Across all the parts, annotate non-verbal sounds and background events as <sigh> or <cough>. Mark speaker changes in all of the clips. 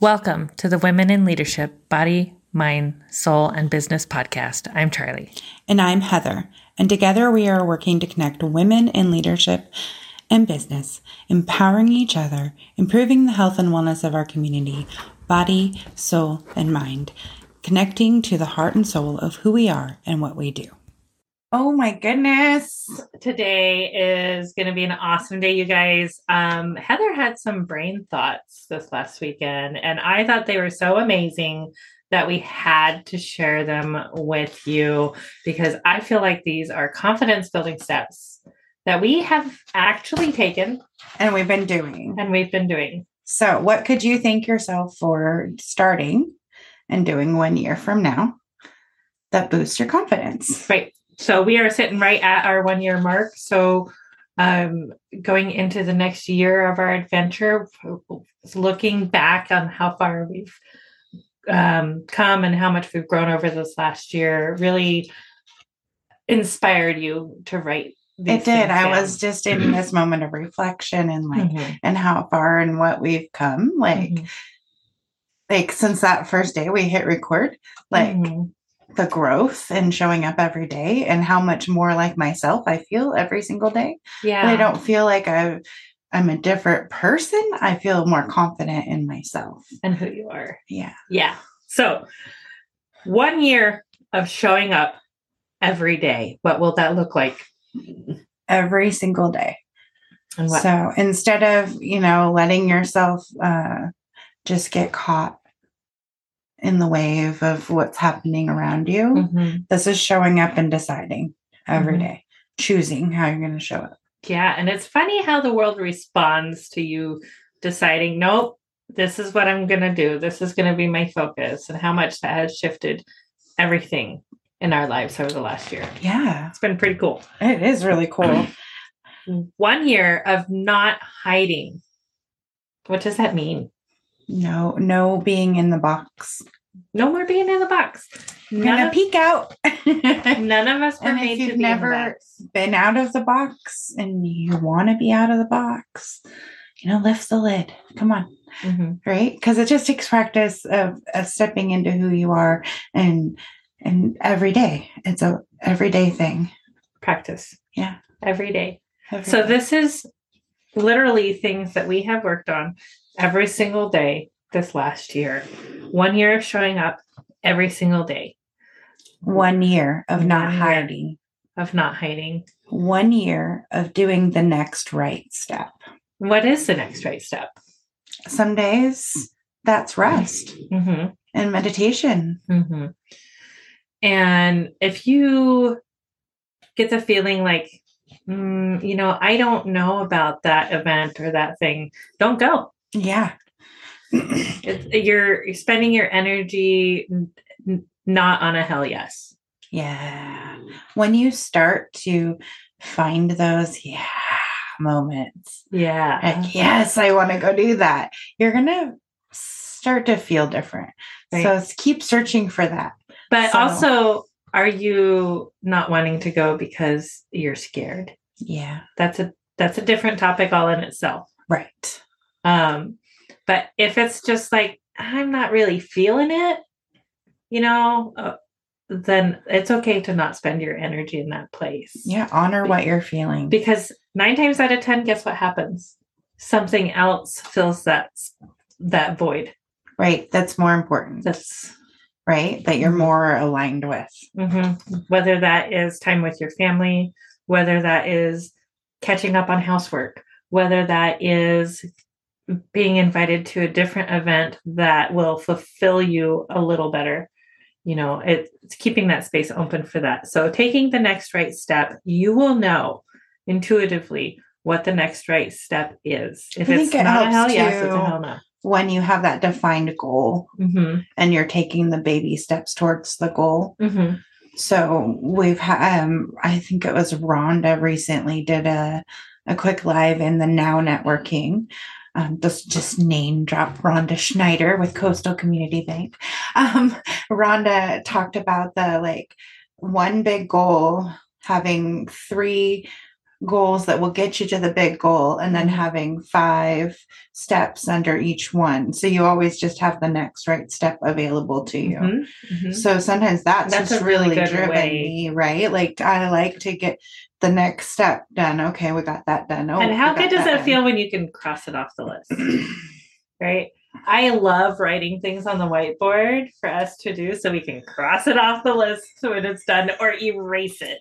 Speaker 1: Welcome to the Women in Leadership Body, Mind, Soul, and Business podcast. I'm Charlie.
Speaker 2: And I'm Heather. And together we are working to connect women in leadership and business, empowering each other, improving the health and wellness of our community, body, soul, and mind, connecting to the heart and soul of who we are and what we do.
Speaker 1: Oh my goodness. Today is going to be an awesome day, you guys. Um, Heather had some brain thoughts this last weekend, and I thought they were so amazing that we had to share them with you because I feel like these are confidence building steps that we have actually taken
Speaker 2: And we've been doing.
Speaker 1: and we've been doing.
Speaker 2: So, what could you thank yourself for starting and doing one year from now that boosts your confidence?
Speaker 1: Right. So we are sitting right at our one year mark. So um going into the next year of our adventure looking back on how far we've um come and how much we've grown over this last year really inspired you to write these
Speaker 2: It did.
Speaker 1: things
Speaker 2: I
Speaker 1: down.
Speaker 2: was just in this moment of reflection and like,
Speaker 1: Mhm,
Speaker 2: and how far and what we've come. Like,
Speaker 1: mhm, Mm-hmm.
Speaker 2: like since that first day we hit record, like
Speaker 1: mhm.
Speaker 2: the growth and showing up every day and how much more like myself I feel every single day.
Speaker 1: yeah
Speaker 2: I don't feel like I I'm a different person. I feel more confident in myself.
Speaker 1: and who you are
Speaker 2: Yeah.
Speaker 1: Yeah. So, one year of showing up every day. What will that look like?
Speaker 2: Every single day.
Speaker 1: And what?
Speaker 2: So instead of, you know, letting yourself uh, just get caught in the wave of what's happening around you,
Speaker 1: Mhm.
Speaker 2: this is showing up and deciding every
Speaker 1: Mhm.
Speaker 2: day, choosing how you're going to show up.
Speaker 1: Yeah. And it's funny how the world responds to you deciding, nope, this is what I'm going to do. This is going to be my focus, and how much that has shifted everything in our lives over the last year.
Speaker 2: Yeah,
Speaker 1: It's been pretty cool.
Speaker 2: it is really
Speaker 1: <clears throat>
Speaker 2: cool. Mm.
Speaker 1: One year of not hiding. What does that mean?
Speaker 2: No, no being in the box.
Speaker 1: No more being in the box.
Speaker 2: I'm
Speaker 1: None
Speaker 2: gonna
Speaker 1: of-
Speaker 2: peek out. <laughs> Been
Speaker 1: None of us were
Speaker 2: And if
Speaker 1: made
Speaker 2: you've
Speaker 1: to be
Speaker 2: never-
Speaker 1: in the box.
Speaker 2: out of the box and you want to be out of the box. You know, lift the lid. Come on,
Speaker 1: Mhm.
Speaker 2: right? Because it just takes practice of, of stepping into who you are and and every day. It's a everyday thing.
Speaker 1: practice.
Speaker 2: Yeah.
Speaker 1: Every day.
Speaker 2: Every
Speaker 1: So
Speaker 2: day.
Speaker 1: this is literally things that we have worked on every single day this last year. One year of showing up every single day
Speaker 2: one year of not
Speaker 1: One year.
Speaker 2: hiding,
Speaker 1: of not hiding.
Speaker 2: one year of doing the next right step.
Speaker 1: What is the next right step?
Speaker 2: Some days that's rest
Speaker 1: hmm
Speaker 2: and meditation.
Speaker 1: hmm And if you get the feeling like, "Mm, you know, I don't know about that event or that thing, don't go.
Speaker 2: Yeah.
Speaker 1: It's, you're you're spending your energy n- n- not on a hell yes.
Speaker 2: Yeah. When you start to find those yeah moments,
Speaker 1: Yeah.
Speaker 2: like, yes, I want to go do that, you're going to start to feel different.
Speaker 1: Right.
Speaker 2: So s- keep searching for that.
Speaker 1: But
Speaker 2: so-
Speaker 1: also, are you not wanting to go because you're scared?
Speaker 2: Yeah.
Speaker 1: That's a that's a different topic all in itself.
Speaker 2: Right.
Speaker 1: Um, but if it's just like I'm not really feeling it, you know, uh, then it's okay to not spend your energy in that place.
Speaker 2: Yeah. Honor what you're feeling.
Speaker 1: because nine times out of ten guess what happens something else fills that that void
Speaker 2: right. That's more important.
Speaker 1: that's
Speaker 2: right. That you're
Speaker 1: Mhm.
Speaker 2: more aligned with.
Speaker 1: mhm. whether that is time with your family whether that is catching up on housework whether that is being invited to a different event that will fulfill you a little better you know it- it's keeping that space open for that so taking the next right step you will know intuitively what the next right step is if
Speaker 2: I
Speaker 1: it's
Speaker 2: think it
Speaker 1: not a hell
Speaker 2: helps
Speaker 1: yes it's a
Speaker 2: to-
Speaker 1: hell no
Speaker 2: When you have that defined goal
Speaker 1: Mhm,
Speaker 2: and you're taking the baby steps towards the goal,
Speaker 1: mhm,
Speaker 2: So we've had, um, I think it was Rhonda recently did a, a quick live in the Now Networking. Um, just, just name drop Rhonda Schneider with Coastal Community Bank. Um, Rhonda talked about the like one big goal having three goals that will get you to the big goal and then having five steps under each one. So you always just have the next right step available to you.
Speaker 1: Mhm, mhm.
Speaker 2: So sometimes that's,
Speaker 1: That's
Speaker 2: just
Speaker 1: a really
Speaker 2: really,
Speaker 1: good
Speaker 2: driven
Speaker 1: way.
Speaker 2: me, right? Like I like to get the next step done. Okay, we got that done. Oh,
Speaker 1: and how
Speaker 2: we got
Speaker 1: good does
Speaker 2: <laughs> that
Speaker 1: it feel when you can cross it off the list? right? I love writing things on the whiteboard for us to do so we can cross it off the list when it's done or erase it.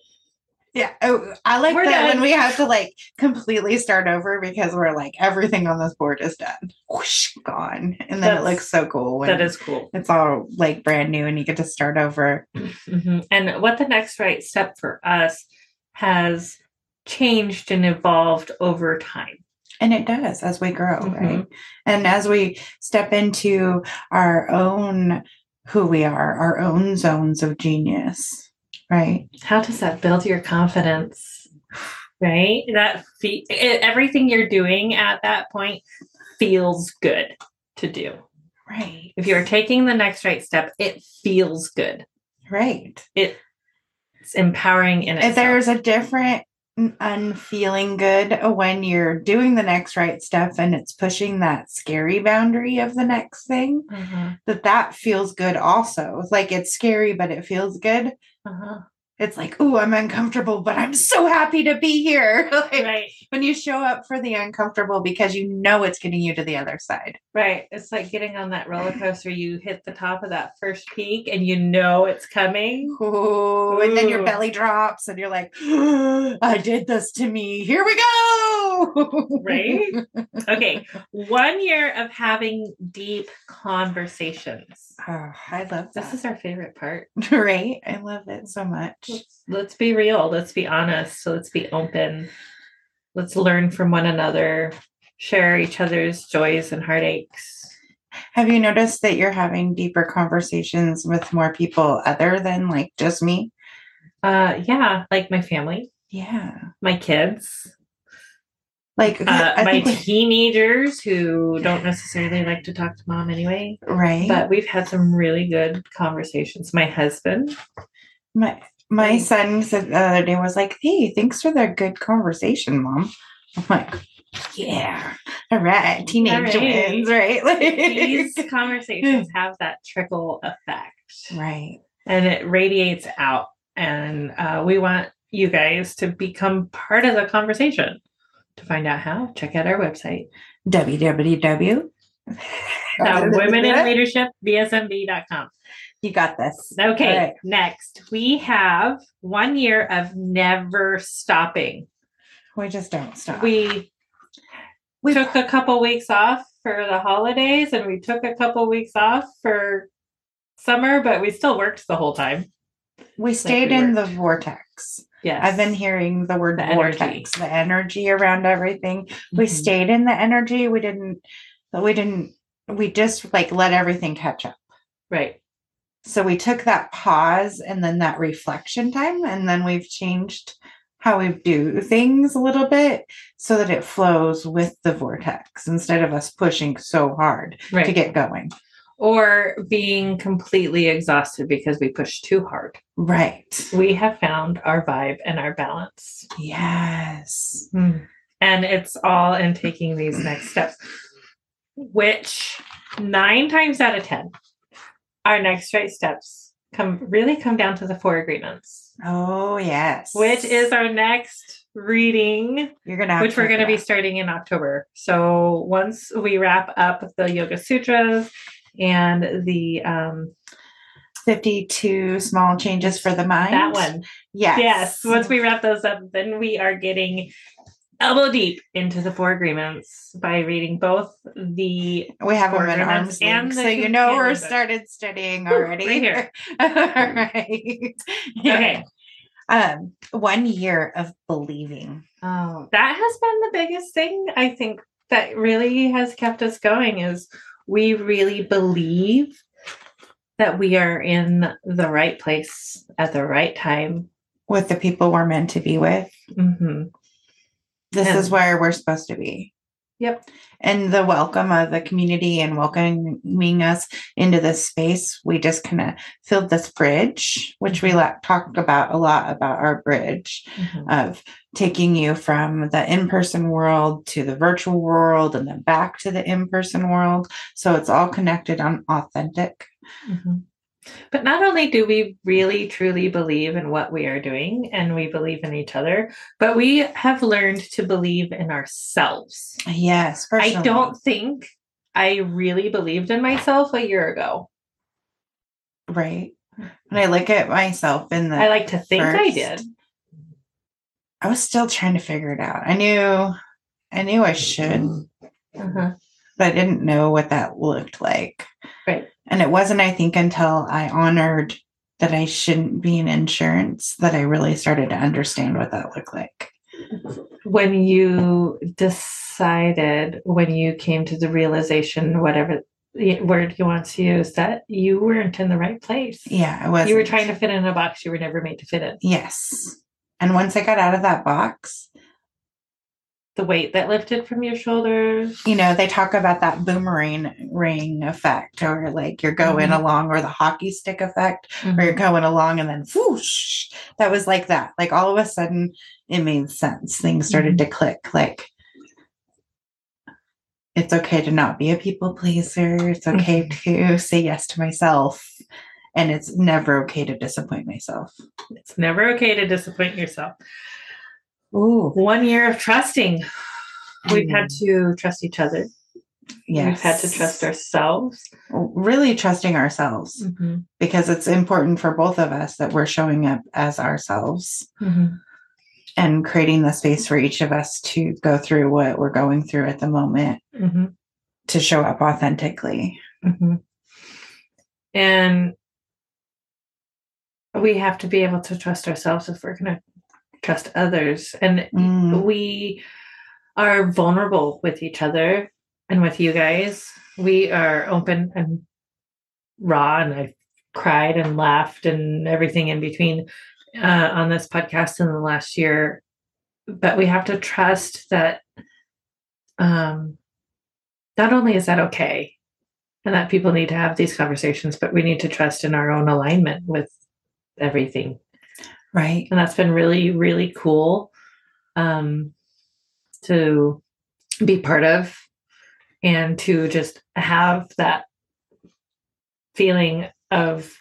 Speaker 2: Yeah, oh, I like
Speaker 1: We're
Speaker 2: that
Speaker 1: done.
Speaker 2: when we have to like completely start over because we're like everything on this board is done, whoosh, gone, and then
Speaker 1: That's-
Speaker 2: it looks so cool when
Speaker 1: That is cool.
Speaker 2: it's all like brand new and you get to start over. Mm-hmm.
Speaker 1: Mhm. And what the next right step for us has changed and evolved over time.
Speaker 2: And it does as we grow,
Speaker 1: Mhm.
Speaker 2: right? And as we step into our own who we are, our own zones of genius, right?
Speaker 1: How does that build your confidence? Right? That fe- e- everything you're doing at that point feels good to do.
Speaker 2: Right.
Speaker 1: If you're taking the next right step, it feels good.
Speaker 2: right.
Speaker 1: It's empowering in
Speaker 2: if
Speaker 1: itself.
Speaker 2: there's a different n- unfeeling good when you're doing the next right stuff and it's pushing that scary boundary of the next thing
Speaker 1: uh-huh.
Speaker 2: that that feels good also It's like it's scary but it feels good
Speaker 1: Uh-huh.
Speaker 2: it's like oh i'm uncomfortable but i'm so happy to be here <laughs> Like,
Speaker 1: Right,
Speaker 2: when you show up for the uncomfortable because you know it's getting you to the other side
Speaker 1: right. It's like getting on that roller coaster. You hit the top of that first peak and you know it's coming.
Speaker 2: Ooh, and then your
Speaker 1: Ooh.
Speaker 2: belly drops and you're like <gasps> i did this to me here we go
Speaker 1: Right? okay. One year of having deep conversations.
Speaker 2: Oh, I love that.
Speaker 1: This is our favorite part.
Speaker 2: <laughs> Great. I love it so <laughs> much.
Speaker 1: Let's, let's be real. Let's be honest. So let's be open. Let's learn from one another, share each other's joys and heartaches.
Speaker 2: Have you noticed that you're having deeper conversations with more people other than like just me?
Speaker 1: Uh, yeah, like my family,
Speaker 2: Yeah.
Speaker 1: my kids,
Speaker 2: Like
Speaker 1: uh,
Speaker 2: I
Speaker 1: my
Speaker 2: think we-
Speaker 1: teenagers who don't necessarily like to talk to mom anyway.
Speaker 2: right.
Speaker 1: But we've had some really good conversations. My husband,
Speaker 2: my my
Speaker 1: Right.
Speaker 2: son said the other day was like, "Hey, thanks for the good conversation, mom." I'm like, "Yeah, all right, teenage
Speaker 1: All right.
Speaker 2: wins, right?" <laughs>
Speaker 1: these
Speaker 2: Like,
Speaker 1: conversations have that trickle effect
Speaker 2: right.
Speaker 1: and it radiates out. And uh, we want you guys to become part of the conversation. To find out how, check out our website
Speaker 2: www. <laughs>
Speaker 1: at womeninleadershipbsmb.com.
Speaker 2: You got this.
Speaker 1: Okay,
Speaker 2: All right.
Speaker 1: next we have one year of never stopping.
Speaker 2: We just don't stop.
Speaker 1: We
Speaker 2: we
Speaker 1: took a couple weeks off for the holidays and we took a couple weeks off for summer, but we still worked the whole time.
Speaker 2: we stayed
Speaker 1: we
Speaker 2: in the
Speaker 1: worked.
Speaker 2: vortex.
Speaker 1: Yes.
Speaker 2: I've been hearing the word
Speaker 1: The
Speaker 2: vortex,
Speaker 1: energy.
Speaker 2: the energy around everything. We
Speaker 1: Mhm.
Speaker 2: stayed in the energy. We didn't, we didn't, we just like let everything catch up.
Speaker 1: Right.
Speaker 2: So we took that pause and then that reflection time, and then we've changed how we do things a little bit so that it flows with the vortex instead of us pushing so hard
Speaker 1: Right.
Speaker 2: to get going.
Speaker 1: or being completely exhausted because we pushed too hard.
Speaker 2: Right.
Speaker 1: We have found our vibe and our balance.
Speaker 2: Yes.
Speaker 1: And it's all in taking these next steps, which nine times out of 10, our next right steps come really come down to the four agreements,
Speaker 2: Oh, yes.
Speaker 1: which is our next reading
Speaker 2: you're gonna have
Speaker 1: which we're
Speaker 2: talk
Speaker 1: going to be
Speaker 2: about.
Speaker 1: starting in October. So once we wrap up the Yoga Sutras and the um
Speaker 2: 52 small changes for the mind.
Speaker 1: that one,
Speaker 2: Yes.
Speaker 1: yes, once we wrap those up, then we are getting elbow deep into the four agreements by reading both the
Speaker 2: we have them
Speaker 1: Four
Speaker 2: at arm's
Speaker 1: agreements and
Speaker 2: length,
Speaker 1: the
Speaker 2: so you know
Speaker 1: companion
Speaker 2: we're
Speaker 1: book.
Speaker 2: started studying
Speaker 1: Whew,
Speaker 2: already.
Speaker 1: right here.
Speaker 2: <laughs> All right. <laughs>
Speaker 1: Okay.
Speaker 2: Um, one year of believing. Um,
Speaker 1: Oh, that has been the biggest thing I think that really has kept us going is we really believe that we are in the right place at the right time.
Speaker 2: With the people we're meant to be with.
Speaker 1: Mhm.
Speaker 2: This
Speaker 1: Yeah.
Speaker 2: is where we're supposed to be.
Speaker 1: Yep.
Speaker 2: And the welcome of the community and welcoming us into this space, we just kind of filled this bridge, which
Speaker 1: Mm-hmm.
Speaker 2: we la- talked about a lot about our bridge
Speaker 1: Mhm.
Speaker 2: of taking you from the in person world to the virtual world and then back to the in person world. So it's all connected on authentic.
Speaker 1: Mhm. But not only do we really truly believe in what we are doing and we believe in each other, but we have learned to believe in ourselves.
Speaker 2: Yes.
Speaker 1: I
Speaker 2: personally.
Speaker 1: don't think I really believed in myself a year ago.
Speaker 2: Right. When I look at myself in the
Speaker 1: I like to think I
Speaker 2: First.
Speaker 1: did.
Speaker 2: I was still trying to figure it out. I knew I knew I should, Mm-hmm.
Speaker 1: Uh-huh.
Speaker 2: but I didn't know what that looked like.
Speaker 1: Right.
Speaker 2: And it wasn't, I think, until I honored that I shouldn't be in insurance that I really started to understand what that looked like.
Speaker 1: When you decided, when you came to the realization, whatever the word you want to use, that you weren't in the right place.
Speaker 2: Yeah, I was
Speaker 1: You were trying to fit in a box you were never made to fit in.
Speaker 2: Yes. And once I got out of that box,
Speaker 1: The weight that lifted from your shoulders.
Speaker 2: you know, they talk about that boomerang ring effect or like you're going
Speaker 1: Mhm.
Speaker 2: along or the hockey stick effect. where
Speaker 1: Mhm.
Speaker 2: you're going along and then whoosh that was like that like all of a sudden it made sense things started
Speaker 1: Mm-hmm.
Speaker 2: to click like it's okay to not be a people pleaser it's okay
Speaker 1: Mm-hmm.
Speaker 2: to say yes to myself and it's never okay to disappoint myself
Speaker 1: It's never okay to disappoint yourself.
Speaker 2: ooh
Speaker 1: One year of trusting. We've had to trust each other.
Speaker 2: Mm. yes
Speaker 1: We've had to trust ourselves.
Speaker 2: really trusting ourselves because it's important for both of us that we're showing up as ourselves
Speaker 1: Mm-hmm.
Speaker 2: and creating the space for each of us to go through what we're going through at the moment
Speaker 1: hmm
Speaker 2: to show up authentically.
Speaker 1: hmm And we have to be able to trust ourselves if we're going to trust others. And
Speaker 2: Mm.
Speaker 1: we are vulnerable with each other and with you guys. We are open and raw, and I cried and laughed and everything in between uh, on this podcast in the last year. But we have to trust that um, not only is that okay and that people need to have these conversations, but we need to trust in our own alignment with everything
Speaker 2: Right.
Speaker 1: and that's been really really cool um to be part of and to just have that feeling of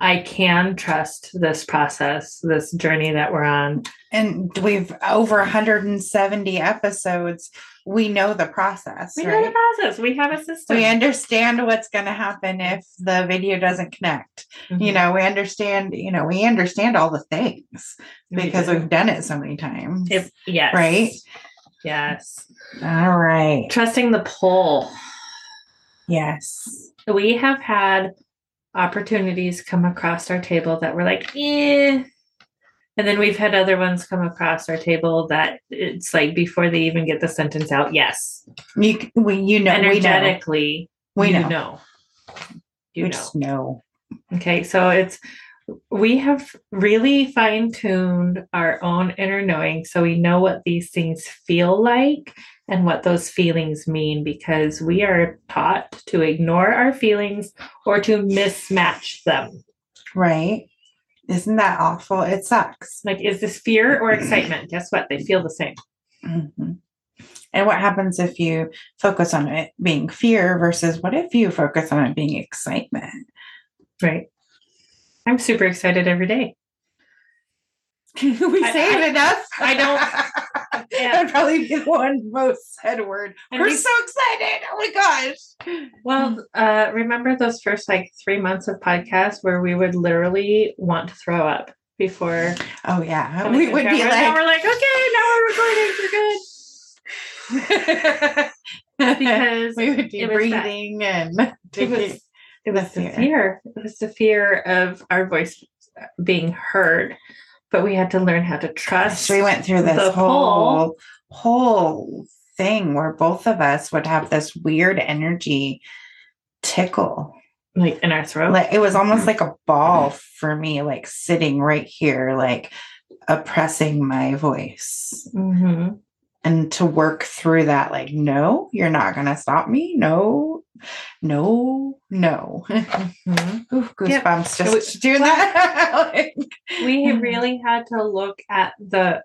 Speaker 1: i can trust this process this journey that we're on
Speaker 2: And we've over 170 episodes. We know the process,
Speaker 1: we know
Speaker 2: right?
Speaker 1: the process we have a system
Speaker 2: We understand what's going to happen if the video doesn't connect.
Speaker 1: Mm-hmm.
Speaker 2: You know, we understand, you know, we understand all the things because
Speaker 1: do.
Speaker 2: we've done it so many times.
Speaker 1: if yes
Speaker 2: Right?
Speaker 1: yes
Speaker 2: all right.
Speaker 1: trusting the pull
Speaker 2: Yes.
Speaker 1: we have had opportunities come across our table that were like, eh. And then we've had other ones come across our table that it's like before they even get the sentence out, yes.
Speaker 2: You c- we you know we know.
Speaker 1: Energetically,
Speaker 2: We
Speaker 1: you
Speaker 2: know.
Speaker 1: You
Speaker 2: we
Speaker 1: know.
Speaker 2: just know.
Speaker 1: Okay, so it's we have really fine tuned our own inner knowing so we know what these things feel like and what those feelings mean because we are taught to ignore our feelings or to mismatch them.
Speaker 2: Right. Isn't that awful? It sucks.
Speaker 1: Like, is this fear or excitement? Guess what? They feel the same.
Speaker 2: Mhm. And what happens if you focus on it being fear versus what if you focus on it being excitement?
Speaker 1: Right. I'm super excited every day.
Speaker 2: <laughs> we
Speaker 1: I-
Speaker 2: say
Speaker 1: I-
Speaker 2: it enough. <laughs>
Speaker 1: I
Speaker 2: don't.
Speaker 1: Yeah.
Speaker 2: That'd probably be the one most said word.
Speaker 1: And
Speaker 2: We're
Speaker 1: we-
Speaker 2: so excited. Oh my gosh.
Speaker 1: Well, uh, remember those first like three months of podcast where we would literally want to throw up before
Speaker 2: Oh, yeah.
Speaker 1: coming
Speaker 2: We
Speaker 1: to
Speaker 2: would be
Speaker 1: camera? Now
Speaker 2: like,
Speaker 1: we're like, okay, now we're recording. We're good
Speaker 2: <laughs>
Speaker 1: because
Speaker 2: we would be
Speaker 1: it was that-
Speaker 2: breathing and
Speaker 1: it was it was the
Speaker 2: fear.
Speaker 1: fear. It was the fear of our voice being heard, but we had to learn how to trust.
Speaker 2: So we went through this
Speaker 1: The
Speaker 2: whole whole thing where both of us would have this weird energy tickle.
Speaker 1: like in our throat.
Speaker 2: Like it was almost
Speaker 1: Mm.
Speaker 2: like a ball for me, like sitting right here, like oppressing my voice.
Speaker 1: hmm
Speaker 2: and to work through that like no you're not going to stop me no no no <laughs>
Speaker 1: Mhm.
Speaker 2: Ooh,
Speaker 1: Yep.
Speaker 2: goosebumps
Speaker 1: It was-
Speaker 2: just doing that <laughs> Like,
Speaker 1: We
Speaker 2: Mhm.
Speaker 1: really had to look at the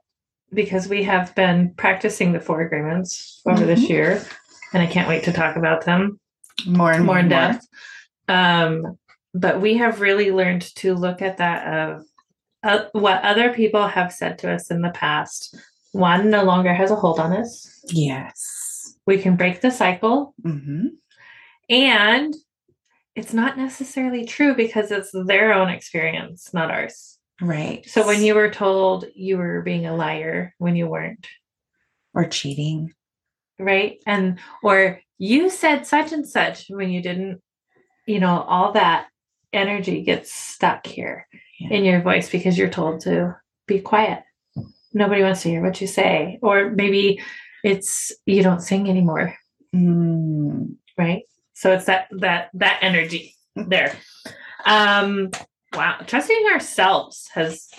Speaker 1: because we have been practicing the four agreements over this
Speaker 2: Mm-hmm.
Speaker 1: year, and I can't wait to talk about them
Speaker 2: more and
Speaker 1: more in depth. Um, but we have really learned to look at that of uh, what other people have said to us in the past. One no longer has a hold on us.
Speaker 2: yes
Speaker 1: We can break the cycle
Speaker 2: hmm
Speaker 1: And it's not necessarily true because it's their own experience, not ours.
Speaker 2: right
Speaker 1: So when you were told you were being a liar when you weren't,
Speaker 2: or cheating
Speaker 1: right? And or you said such and such when you didn't, you know, all that energy gets stuck here
Speaker 2: Yeah.
Speaker 1: in your voice because you're told to be quiet. Nobody wants to hear what you say. Or maybe it's you don't sing anymore.
Speaker 2: Mm,
Speaker 1: right so it's that that that energy there um wow trusting ourselves has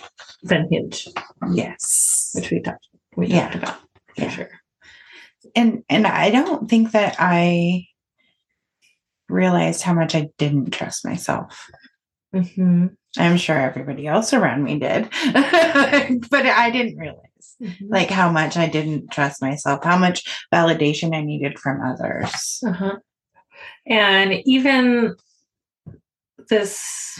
Speaker 1: been huge
Speaker 2: yes
Speaker 1: which we talked we
Speaker 2: Yeah.
Speaker 1: talked about for
Speaker 2: Yeah.
Speaker 1: sure
Speaker 2: and and I don't think that I realized how much I didn't trust myself.
Speaker 1: mm-hmm.
Speaker 2: I'm sure everybody else around me did, <laughs> but I didn't realize
Speaker 1: Mm-hmm.
Speaker 2: like how much I didn't trust myself, how much validation I needed from others.
Speaker 1: uh-huh. and even this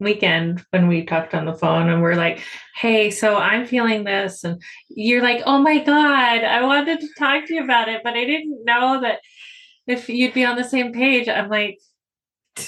Speaker 1: weekend when we talked on the phone and we're like hey so i'm feeling this and you're like oh my god i wanted to talk to you about it but i didn't know that if you'd be on the same page i'm like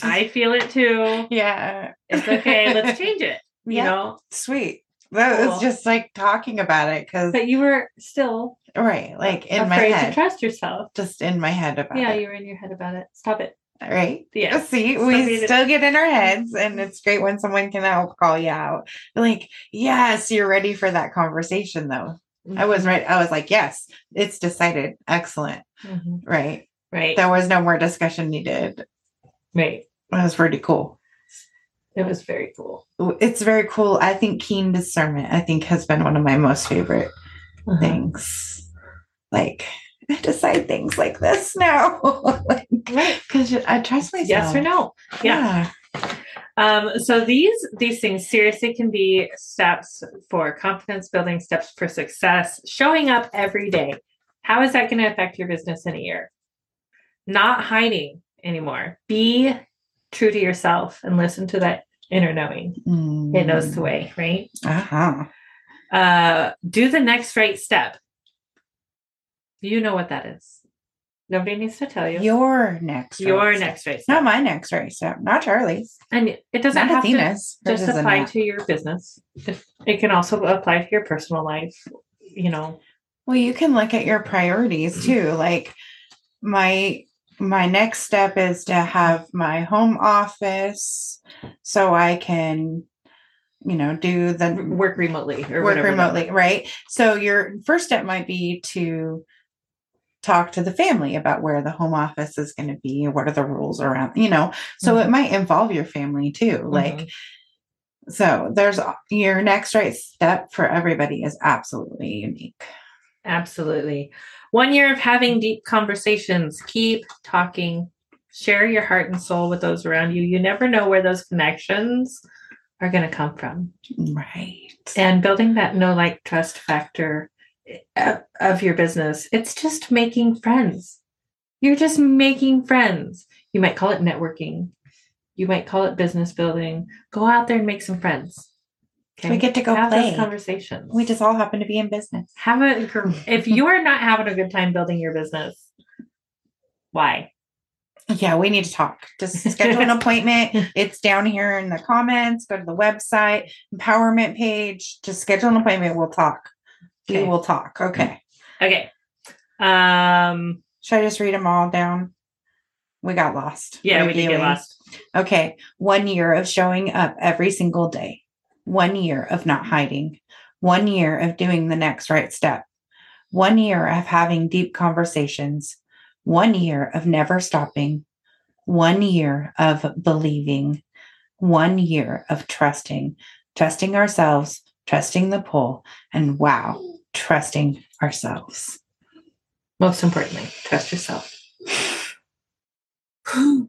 Speaker 1: I feel it too.
Speaker 2: <laughs> yeah,
Speaker 1: It's okay.
Speaker 2: <laughs>
Speaker 1: Let's change it. You
Speaker 2: Yeah.
Speaker 1: know,
Speaker 2: sweet. That
Speaker 1: Cool.
Speaker 2: was just like talking about it because
Speaker 1: but you were still
Speaker 2: right, like in my
Speaker 1: afraid to
Speaker 2: head,
Speaker 1: trust yourself.
Speaker 2: just in my head about
Speaker 1: Yeah,
Speaker 2: it.
Speaker 1: you were in your head about it. Stop it.
Speaker 2: Right. <laughs>
Speaker 1: Yeah.
Speaker 2: See,
Speaker 1: Still
Speaker 2: we
Speaker 1: beat it.
Speaker 2: still get in our heads, and it's great when someone can help call you out. Like, yes, you're ready for that conversation, though. I was
Speaker 1: Mm-hmm.
Speaker 2: right. I was like, yes, it's decided. Excellent.
Speaker 1: Mhm.
Speaker 2: Right.
Speaker 1: Right.
Speaker 2: There was no more discussion needed.
Speaker 1: right.
Speaker 2: That was pretty cool.
Speaker 1: It was very cool.
Speaker 2: It's very cool. I think keen discernment, I think, has been one of my most favorite
Speaker 1: Uh-huh.
Speaker 2: things. Like, <laughs> I decide things like this now. <laughs>
Speaker 1: Right.
Speaker 2: Because I trust myself.
Speaker 1: Yes or no. Yeah. Um, so these these things seriously can be steps for confidence building, steps for success, showing up every day. How is that going to affect your business in a year? Not hiding anymore. Be true to yourself and listen to that inner knowing. It knows
Speaker 2: Mm,
Speaker 1: the way, right?
Speaker 2: Uh huh.
Speaker 1: Uh, do the next right step. You know what that is. Nobody needs to tell you.
Speaker 2: Your next.
Speaker 1: Your
Speaker 2: race.
Speaker 1: next right
Speaker 2: Not
Speaker 1: step.
Speaker 2: my next race step. Not Charlie's.
Speaker 1: And it doesn't
Speaker 2: Not
Speaker 1: have to
Speaker 2: Athena's. Hers
Speaker 1: just
Speaker 2: is a
Speaker 1: apply
Speaker 2: nap.
Speaker 1: to your business. It can also apply to your personal life, you know.
Speaker 2: Well, you can look at your priorities
Speaker 1: <clears throat>
Speaker 2: too. Like my my next step is to have my home office so I can, you know, do the
Speaker 1: Work remotely or
Speaker 2: work
Speaker 1: whatever. that-
Speaker 2: remotely, right? So your first step might be to talk to the family about where the home office is going to be, what are the rules around, you know. So
Speaker 1: Mm-hmm.
Speaker 2: it might involve your family too. Like
Speaker 1: Mhm.
Speaker 2: so there's your next right step for everybody is absolutely unique.
Speaker 1: Absolutely. One year of having deep conversations. Keep talking. Share your heart and soul with those around you. You never know where those connections are going to come from.
Speaker 2: Right.
Speaker 1: and building that no like trust factor of, of your business it's just making friends you're just making friends you might call it networking you might call it business building go out there and make some friends
Speaker 2: We get to go
Speaker 1: have
Speaker 2: play.
Speaker 1: those conversations
Speaker 2: We just all happen to be in business.
Speaker 1: have a gr- if you're not having a good time building your business why
Speaker 2: Yeah, we need to talk. Just schedule
Speaker 1: <laughs>
Speaker 2: an appointment. It's down here in the comments. Go to the website, empowerment page. Just schedule an appointment. We'll talk.
Speaker 1: Okay. Mm.
Speaker 2: We will talk. Okay.
Speaker 1: okay um
Speaker 2: Should I just read them all down? We got lost.
Speaker 1: yeah we did get
Speaker 2: Reviewing.
Speaker 1: lost
Speaker 2: Okay. One year of showing up every single day. One year of not hiding. One year of doing the next right step. One year of having deep conversations. One year of never stopping. One year of believing. One year of trusting. Trusting ourselves, trusting the pull, and wow, trusting ourselves.
Speaker 1: Most importantly, trust yourself. <sighs>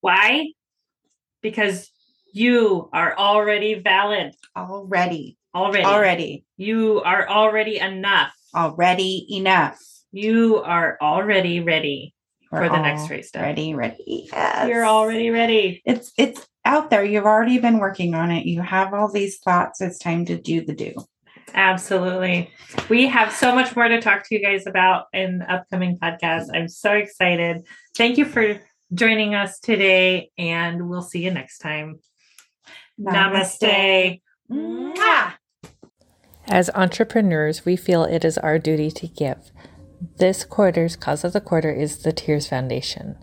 Speaker 1: Why? Because you are already valid.
Speaker 2: Already,
Speaker 1: Already.
Speaker 2: already,
Speaker 1: You are already enough.
Speaker 2: already enough
Speaker 1: You are already ready for the next race day.
Speaker 2: Ready, ready. Yes.
Speaker 1: You're already ready.
Speaker 2: It's it's out there. You've already been working on it. You have all these thoughts. It's time to do the do.
Speaker 1: Absolutely. We have so much more to talk to you guys about in the upcoming podcast. I'm so excited. Thank you for joining us today, and we'll see you next time. Namaste.
Speaker 2: Mwah.
Speaker 3: As entrepreneurs, we feel it is our duty to give. This quarter's cause of the quarter is the Tears Foundation.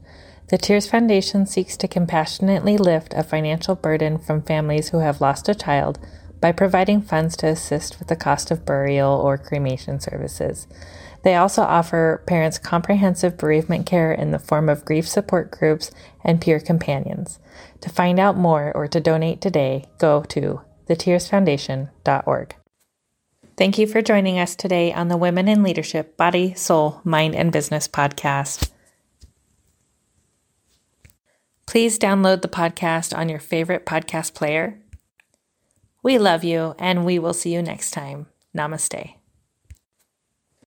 Speaker 3: The Tears Foundation seeks to compassionately lift a financial burden from families who have lost a child by providing funds to assist with the cost of burial or cremation services. They also offer parents comprehensive bereavement care in the form of grief support groups and peer companions. To find out more or to donate today, go to thetearsfoundation.org. Thank you for joining us today on the Women in Leadership Body, Soul, Mind, and Business podcast. Please download the podcast on your favorite podcast player. We love you, and we will see you next time. Namaste.